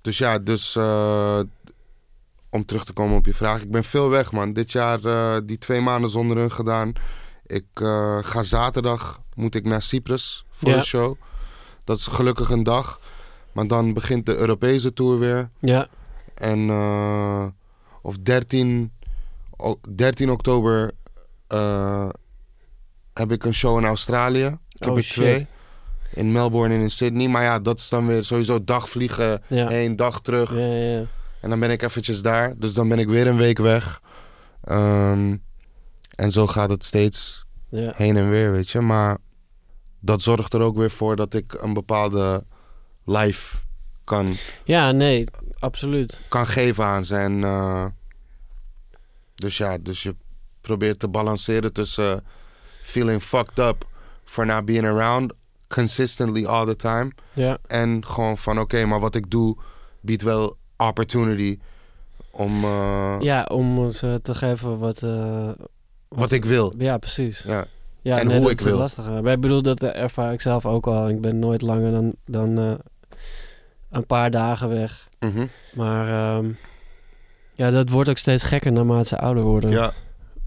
S4: dus ja, dus eh, om terug te komen op je vraag. Ik ben veel weg man. Dit jaar eh, die twee maanden zonder hun gedaan. Ik eh, ga zaterdag, moet ik naar Cyprus voor
S3: Ja.
S4: een show. Dat is gelukkig een dag. Maar dan begint de Europese tour weer.
S3: Ja.
S4: En eh, of 13 o- 13 oktober eh, heb ik een show in Australië. Ik heb
S3: Oh,
S4: er
S3: shit.
S4: twee. In Melbourne en in Sydney. Maar ja, dat is dan weer sowieso dag vliegen
S3: Ja.
S4: heen, dag terug.
S3: Ja, ja, ja.
S4: En dan ben ik eventjes daar. Dus dan ben ik weer een week weg. Ehm, en zo gaat het steeds
S3: ja.
S4: heen en weer, weet je. Maar dat zorgt er ook weer voor dat ik een bepaalde life kan,
S3: ja, nee, absoluut.
S4: kan geven aan ze. En, eh, dus ja, dus je probeert te balanceren tussen feeling fucked up for not being around consistently all the time.
S3: Ja,
S4: En gewoon van oké, maar wat ik doe biedt wel opportunity om eh,
S3: ja om ons eh, te geven wat... eh,
S4: wat ik wil.
S3: Ja, precies.
S4: Ja.
S3: Ja,
S4: En
S3: nee,
S4: hoe
S3: dat
S4: ik
S3: is het
S4: wil.
S3: lastige. Maar ik bedoel, dat ervaar ik zelf ook al. Ik ben nooit langer dan, dan eh, een paar dagen weg.
S4: Mhm.
S3: Maar ehm, ja, dat wordt ook steeds gekker naarmate ze ouder worden.
S4: Ja,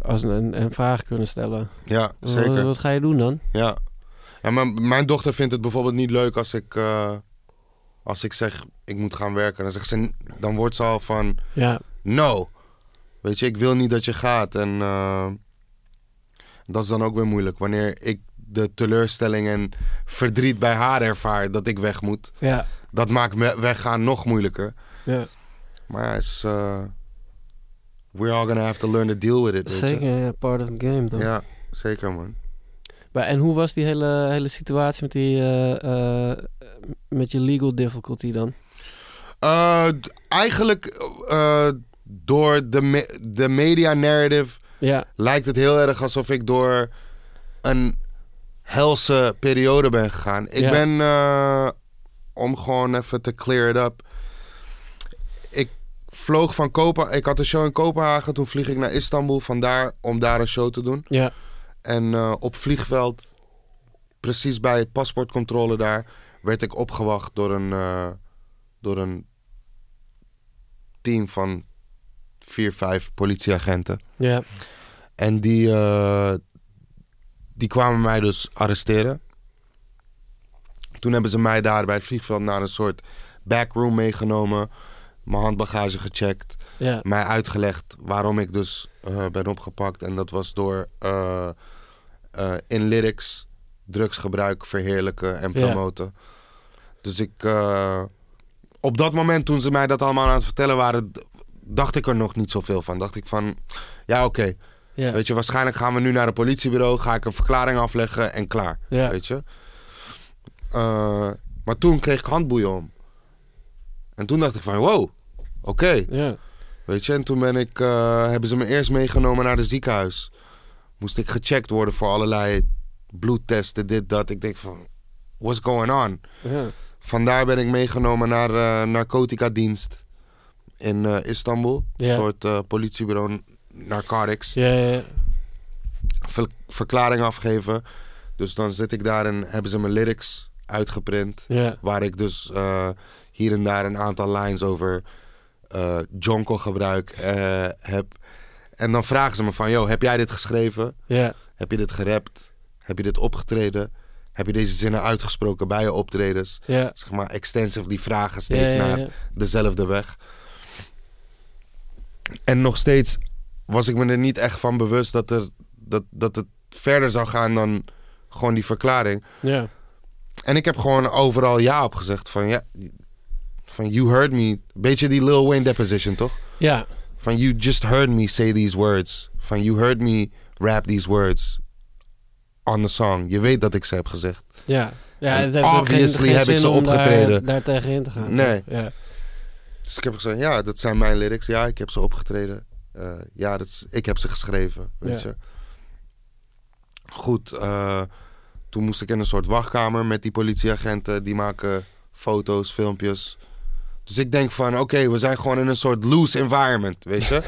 S3: Als, en, en vragen kunnen stellen.
S4: ja,
S3: Wat- Wat,
S4: zeker.
S3: ga je doen dan?
S4: Ja. En mijn, mijn dochter vindt het bijvoorbeeld niet leuk als ik, eh, als ik zeg ik moet gaan werken. Dan, zegt ze, dan wordt ze al van
S3: Ja,
S4: no. Weet je, ik wil niet dat je gaat. En eh, dat is dan ook weer moeilijk. Wanneer ik de teleurstelling en verdriet bij haar ervaar dat ik weg moet.
S3: ja,
S4: Dat maakt me weggaan nog moeilijker.
S3: ja.
S4: Maar ja, is, eh, we're all gonna have to learn to deal with it. weet je.
S3: zeker. Ja, part of the game dan.
S4: Ja, zeker man.
S3: Maar, en hoe was die hele, hele situatie met, die, eh, eh, met je legal difficulty dan?
S4: Eh, d- eigenlijk eh, door de, me- de media narrative
S3: Ja,
S4: lijkt het heel erg alsof ik door een helse periode ben gegaan. Ik
S3: Ja.
S4: ben, eh, om gewoon even te clear it up. Ik vloog van Kopenhagen, ik had een show in Kopenhagen. Toen vlieg ik naar Istanbul vandaar om daar een show te doen.
S3: ja,
S4: En eh, op vliegveld, precies bij paspoortcontrole daar, werd ik opgewacht door een, eh, door een team van vier, vijf politieagenten.
S3: ja.
S4: En die, eh, die kwamen mij dus arresteren. Toen hebben ze mij daar bij het vliegveld naar een soort backroom meegenomen. Mijn handbagage gecheckt
S3: ja.
S4: mij uitgelegd waarom ik dus eh, ben opgepakt. En dat was door eh, eh, in lyrics drugsgebruik verheerlijken en
S3: Ja.
S4: promoten. Dus ik... eh, op dat moment toen ze mij dat allemaal aan het vertellen waren... d- dacht ik er nog niet zoveel van. Dacht ik van... Ja, oké.
S3: ja.
S4: Weet je, waarschijnlijk gaan we nu naar een politiebureau. Ga ik een verklaring afleggen en klaar.
S3: Ja.
S4: Weet je? Eh, maar toen kreeg ik handboeien om. En toen dacht ik van... Wow, oké.
S3: Ja,
S4: Weet je, en toen ben ik, eh, hebben ze me eerst meegenomen naar het ziekenhuis. Moest ik gecheckt worden voor allerlei bloedtesten, dit, dat. Ik denk van, what's going on?
S3: ja.
S4: Vandaar ben ik meegenomen naar eh narcotica dienst in eh, Istanbul.
S3: Ja.
S4: Een soort eh, politiebureau narcotics.
S3: Ja, ja, ja.
S4: Ver- verklaring afgeven. Dus dan zit ik daar en hebben ze mijn lyrics uitgeprint.
S3: ja.
S4: Waar ik dus eh, hier en daar een aantal lines over eh jonko gebruik eh, heb. En dan vragen ze me van, yo, heb jij dit geschreven?
S3: ja.
S4: Heb je dit gerapt? Heb je dit opgetreden? Heb je deze zinnen uitgesproken bij je optredens?
S3: Ja.
S4: Zeg maar, extensive die vragen steeds
S3: ja, ja,
S4: naar
S3: ja.
S4: dezelfde weg. En nog steeds was ik me er niet echt van bewust dat, er, dat, dat het verder zou gaan dan gewoon die verklaring.
S3: Ja,
S4: En ik heb gewoon overal ja op gezegd. Van ja, van you heard me. Beetje die Lil Wayne deposition, toch?
S3: ja,
S4: Van you just heard me say these words. Van you heard me rap these words on the song. Je weet dat ik ze heb gezegd.
S3: ja. ja
S4: En
S3: het heeft ook geen-
S4: obviously
S3: geen
S4: heb ik
S3: zin
S4: ze
S3: om daar-
S4: opgetreden.
S3: Daar, tegenin te gaan.
S4: Nee.
S3: Ja,
S4: Dus ik heb gezegd, ja, dat zijn mijn lyrics. Ja, ik heb ze opgetreden. Eh, ja, dat is, ik heb ze geschreven, weet
S3: Ja.
S4: je. Goed, eh, toen moest ik in een soort wachtkamer met die politieagenten. Die maken foto's, filmpjes. Dus ik denk van, oké, we zijn gewoon in een soort loose environment, weet je.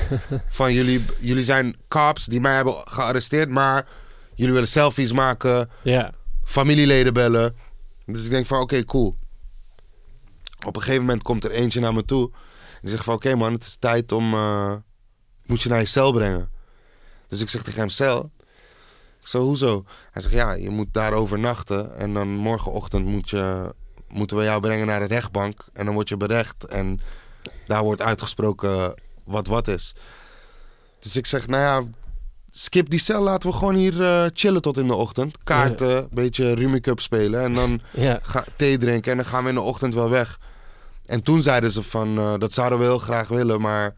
S4: van jullie, jullie zijn cops die mij hebben gearresteerd, maar jullie willen selfies maken
S3: ja,
S4: familieleden bellen. Dus ik denk van, oké, cool. Op een gegeven moment komt er eentje naar me toe. En die zegt van, oké man, het is tijd om... eh, ik moet je naar je cel brengen. Dus ik zeg tegen hem, cel? Ik zo, hoezo? Hij zegt, ja, je moet daar overnachten. En dan morgenochtend moet je, moeten we jou brengen naar de rechtbank. En dan word je berecht. En daar wordt uitgesproken wat wat is. Dus ik zeg, nou ja, skip die cel, laten we gewoon hier eh, chillen tot in de ochtend. Kaarten, een beetje Rumi Cup spelen en dan
S3: Ja.
S4: ga, thee drinken en dan gaan we in de ochtend wel weg. En toen zeiden ze van, eh, dat zouden we heel graag willen, maar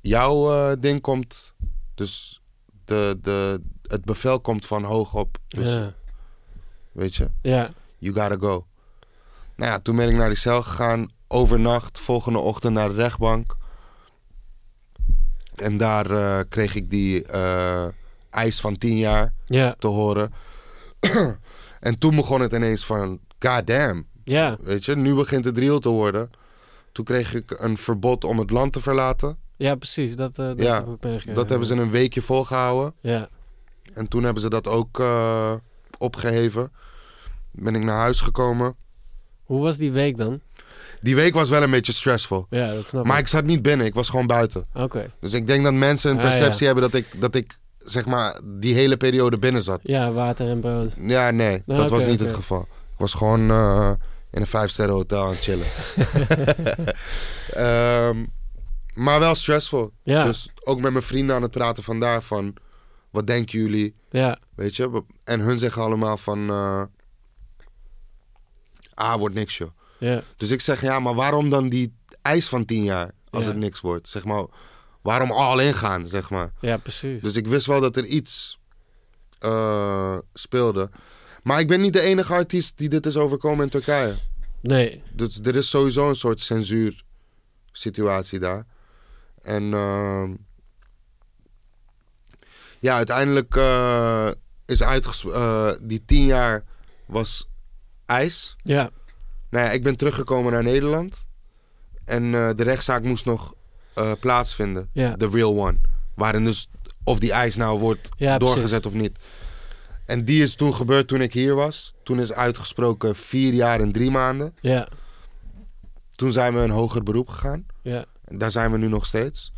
S4: jouw eh, ding komt, dus de, de, het bevel komt van hoog op. Dus
S3: Ja.
S4: weet je,
S3: ja.
S4: you gotta go. Nou ja, toen ben ik naar die cel gegaan, overnacht, volgende ochtend naar de rechtbank. En daar eh, kreeg ik die eh, eis van 10 jaar
S3: Ja.
S4: te horen. en toen begon het ineens van, god damn,
S3: Ja.
S4: weet je, nu begint het real te worden. Toen kreeg ik een verbod om het land te verlaten.
S3: Ja, precies. Dat, eh, dat
S4: Ja,
S3: heb ik meegekregen.
S4: Dat hebben ze een weekje volgehouden.
S3: Ja.
S4: En toen hebben ze dat ook eh, opgeheven. Ben ik naar huis gekomen.
S3: Hoe was die week dan?
S4: Die week was wel een beetje stressvol.
S3: Ja, dat snap
S4: Maar
S3: ik.
S4: ik zat niet binnen, ik was gewoon buiten.
S3: Oké.
S4: Dus ik denk dat mensen een
S3: Ah,
S4: perceptie
S3: ja.
S4: hebben dat ik, dat ik zeg maar die hele periode binnen zat.
S3: Ja, water en brood.
S4: Ja, nee,
S3: Nou,
S4: dat was
S3: oké,
S4: niet
S3: oké.
S4: het geval. Ik was gewoon eh, in een vijfsterren hotel aan het chillen. Ehm, maar wel stressvol.
S3: Ja.
S4: Dus ook met mijn vrienden aan het praten vandaar van, wat denken jullie?
S3: Ja.
S4: Weet je? En hun zeggen allemaal van, eh ah, wordt niks joh.
S3: Ja.
S4: Dus ik zeg, ja, maar waarom dan die eis van 10 jaar als
S3: Ja.
S4: het niks wordt? Zeg maar, waarom al ingaan, zeg maar?
S3: Ja, precies.
S4: Dus ik wist wel dat er iets eh, speelde. Maar ik ben niet de enige artiest die dit is overkomen in Turkije.
S3: Nee.
S4: Dus er is sowieso een soort censuur situatie daar. En ehm, ja, uiteindelijk eh, is uitges- eh, die 10 jaar was ijs.
S3: Ja.
S4: Nou ja, ik ben teruggekomen naar Nederland. En eh, de rechtszaak moest nog eh, plaatsvinden.
S3: Ja.
S4: The real one. Waarin dus of die eis nou wordt
S3: Ja,
S4: doorgezet of niet. En die is toen gebeurd toen ik hier was. Toen is uitgesproken vier jaar en drie maanden.
S3: Ja.
S4: Toen zijn we een hoger beroep gegaan.
S3: Ja.
S4: En daar zijn we nu nog steeds.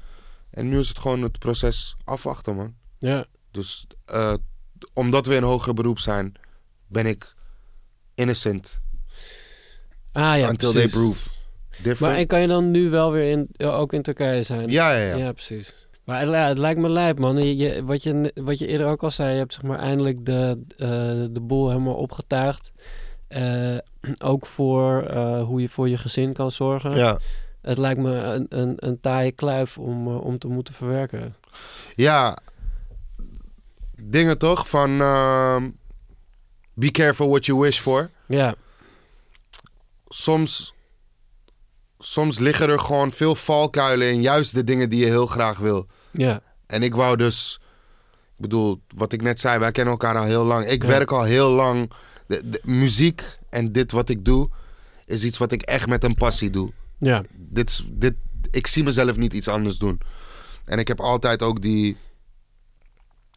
S4: En nu is het gewoon het proces afwachten, man.
S3: Ja.
S4: Dus eh, omdat we in hoger beroep zijn, ben ik innocent.
S3: Ah ja,
S4: until
S3: precies.
S4: they prove different.
S3: Maar en kan je dan nu wel weer in, ja, ook in Turkije zijn?
S4: Ja, ja, ja.
S3: Ja, precies. Maar het, ja, het lijkt me lijp, man. Je, je- wat, je, ne- wat je eerder ook al zei, je hebt zeg maar eindelijk de, eh, de boel helemaal opgetuigd. Eh, ook voor eh, hoe je voor je gezin kan zorgen.
S4: Ja.
S3: Het lijkt me een, een, een taaie kluif om, eh, om te moeten verwerken.
S4: ja, dingen toch van ehm, be careful what you wish for.
S3: Ja,
S4: Soms, soms liggen er gewoon veel valkuilen in juist de dingen die je heel graag wil.
S3: ja,
S4: En ik wou dus, ik bedoel, wat ik net zei, wij kennen elkaar al heel lang. Ik
S3: Ja.
S4: werk al heel lang. De, de muziek en dit wat ik doe, is iets wat ik echt met een passie doe.
S3: ja,
S4: dit, is- dit, ik zie mezelf niet iets anders doen. En ik heb altijd ook die.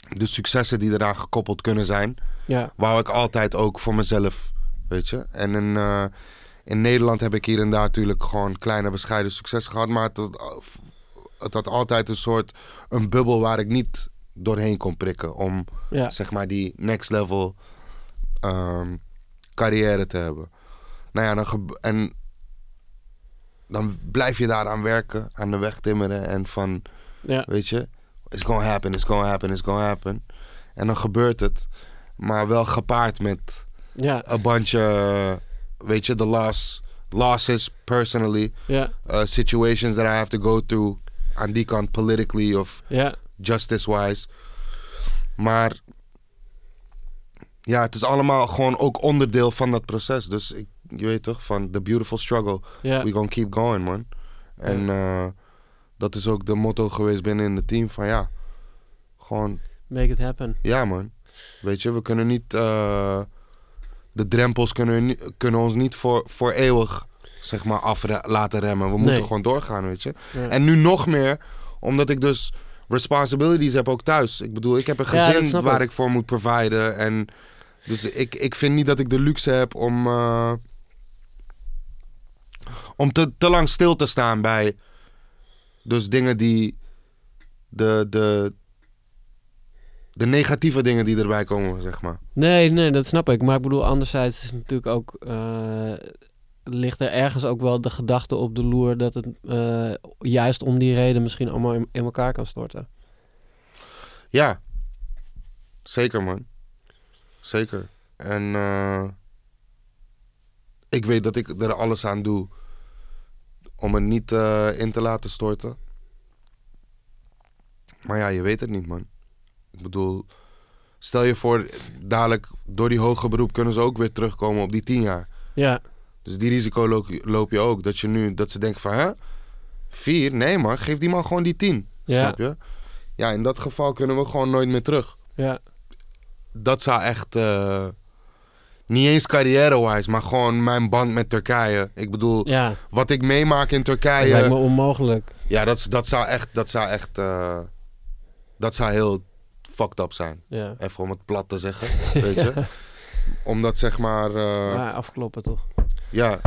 S4: De successen die eraan gekoppeld kunnen zijn.
S3: ja,
S4: Wou ik altijd ook voor mezelf. Weet je? En in, eh, in Nederland heb ik hier en daar natuurlijk gewoon kleine bescheiden succes gehad. Maar het, had- het had altijd een soort. Een bubbel waar ik niet doorheen kon prikken. Om
S3: ja,
S4: zeg maar die next level ehm, carrière te hebben. Nou ja, dan, gebe- en dan blijf je daaraan werken, aan de weg timmeren en van,
S3: ja,
S4: weet je, it's gonna happen, it's gonna happen, it's gonna happen. En dan gebeurt het, maar wel gepaard met
S3: ja,
S4: een bandje, weet je, de loss, losses personally,
S3: ja,
S4: uh, situations that I have to go through aan die kant politically of
S3: ja,
S4: justice-wise. Maar ja, het is allemaal gewoon ook onderdeel van dat proces. Dus ik, je weet toch, van the beautiful struggle.
S3: ja,
S4: We gonna keep going, man. En eh, dat is ook de motto geweest binnen in het team van ja, gewoon
S3: make it happen.
S4: ja, man. Weet je, we kunnen niet. eh, de drempels kunnen, we niet- kunnen ons niet voor, voor eeuwig zeg maar, af laten remmen. We moeten
S3: Nee.
S4: gewoon doorgaan, weet je.
S3: Ja.
S4: En nu nog meer, omdat ik dus responsibilities heb ook thuis. Ik bedoel, ik heb een
S3: Ja, dat
S4: gezin
S3: snap
S4: waar
S3: ik.
S4: ik voor moet providen. En dus ik, ik vind niet dat ik de luxe heb om. eh, om te, te lang stil te staan bij. Dus dingen die. De, de, de negatieve dingen die erbij komen, zeg maar.
S3: Nee, nee, dat snap ik. Maar ik bedoel, anderzijds is het natuurlijk ook eh, ligt er ergens ook wel de gedachte op de loer dat het eh, juist om die reden misschien allemaal in, in elkaar kan storten.
S4: Ja. Zeker, man. Zeker. En eh, ik weet dat ik er alles aan doe om het niet eh, in te laten storten. Maar ja, je weet het niet, man. Ik bedoel, stel je voor, dadelijk door die hoge beroep kunnen ze ook weer terugkomen op die tien jaar.
S3: Ja,
S4: Dus die risico loop, loop je ook. Dat, je nu, dat ze denken van, hè? Vier? Nee man, geef die man gewoon die tien.
S3: Ja.
S4: Snap je? Ja, in dat geval kunnen we gewoon nooit meer terug.
S3: ja,
S4: Dat zou echt... eh, niet eens carrière-wise, maar gewoon mijn band met Turkije. Ik bedoel,
S3: ja.
S4: wat ik meemaak in
S3: Dat lijkt me
S4: Turkije...
S3: onmogelijk.
S4: Ja, dat, is- dat zou echt... Dat zou echt... eh, dat zou heel fucked up zijn.
S3: Ja.
S4: Even om het plat te zeggen, weet je? Omdat zeg maar... eh,
S3: Maar afkloppen toch?
S4: Ja,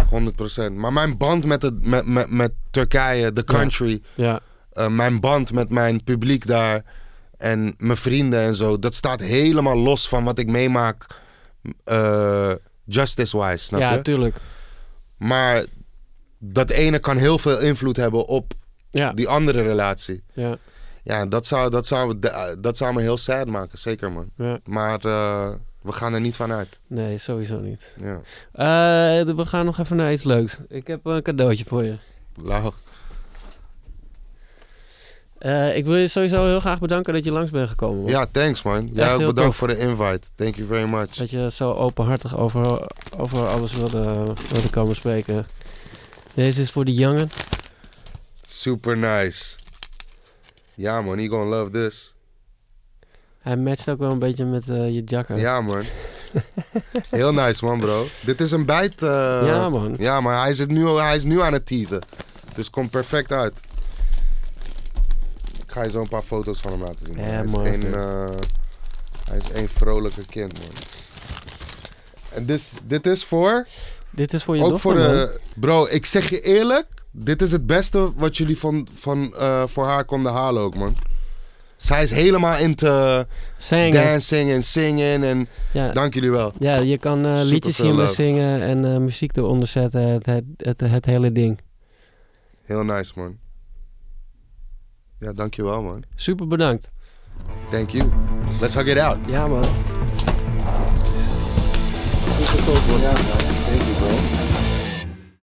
S4: 100%. Maar mijn band met, het, met, met, met Turkije, the country,
S3: Ja,
S4: eh, mijn band met mijn publiek daar en mijn vrienden en zo, dat staat helemaal los van wat ik meemaak eh, justice-wise, snap
S3: ja
S4: je?
S3: tuurlijk.
S4: Maar dat ene kan heel veel invloed hebben op
S3: Ja,
S4: die andere relatie.
S3: ja,
S4: Ja, dat zou, dat zou, dat zou me heel sad maken, zeker man.
S3: ja.
S4: Maar eh, we gaan er niet van uit.
S3: Nee, sowieso niet.
S4: Ja.
S3: Eh, we gaan nog even naar iets leuks. Ik heb een cadeautje voor je.
S4: Lauw.
S3: Eh, ik wil je sowieso heel graag bedanken dat je langs bent gekomen. man.
S4: Ja, thanks man. Jij
S3: Echt
S4: ook
S3: heel
S4: bedankt
S3: tof.
S4: voor de invite. Thank you very much.
S3: Dat je zo openhartig over, over alles wilde, wilde komen spreken. Deze is voor de jongen.
S4: Super nice. Ja man, he gonna love this.
S3: Hij matcht ook wel een beetje met eh, je jacker.
S4: Ja man. Heel nice man bro. Dit is een bijt. eh,
S3: Ja, man.
S4: Ja man, hij, zit nu, hij is nu aan het tieten. Dus komt perfect uit. Ik ga je zo een paar foto's van hem laten zien. man.
S3: Ja,
S4: hij, is
S3: mooi is
S4: geen,
S3: dit.
S4: eh, hij is één vrolijke kind man. En dit, dit is voor?
S3: Dit is voor je
S4: ook
S3: dochter,
S4: voor
S3: man.
S4: de... Bro, ik zeg je eerlijk. Dit is het beste wat jullie van, van, eh, voor haar konden halen ook man. Zij is helemaal into...
S3: Zingen.
S4: dancing en zingen. En
S3: Ja,
S4: dank jullie wel.
S3: ja, je kan eh,
S4: Nou, Superveel
S3: liedjes hierbij
S4: leuk.
S3: zingen en eh, muziek eronder zetten. Het, het, het, het hele ding.
S4: Heel nice, man. Ja, dankjewel, man.
S3: Super bedankt.
S4: Thank you. Let's hug it out.
S3: Ja, man.
S4: Super tof, man. Ja, man. Thank you, bro.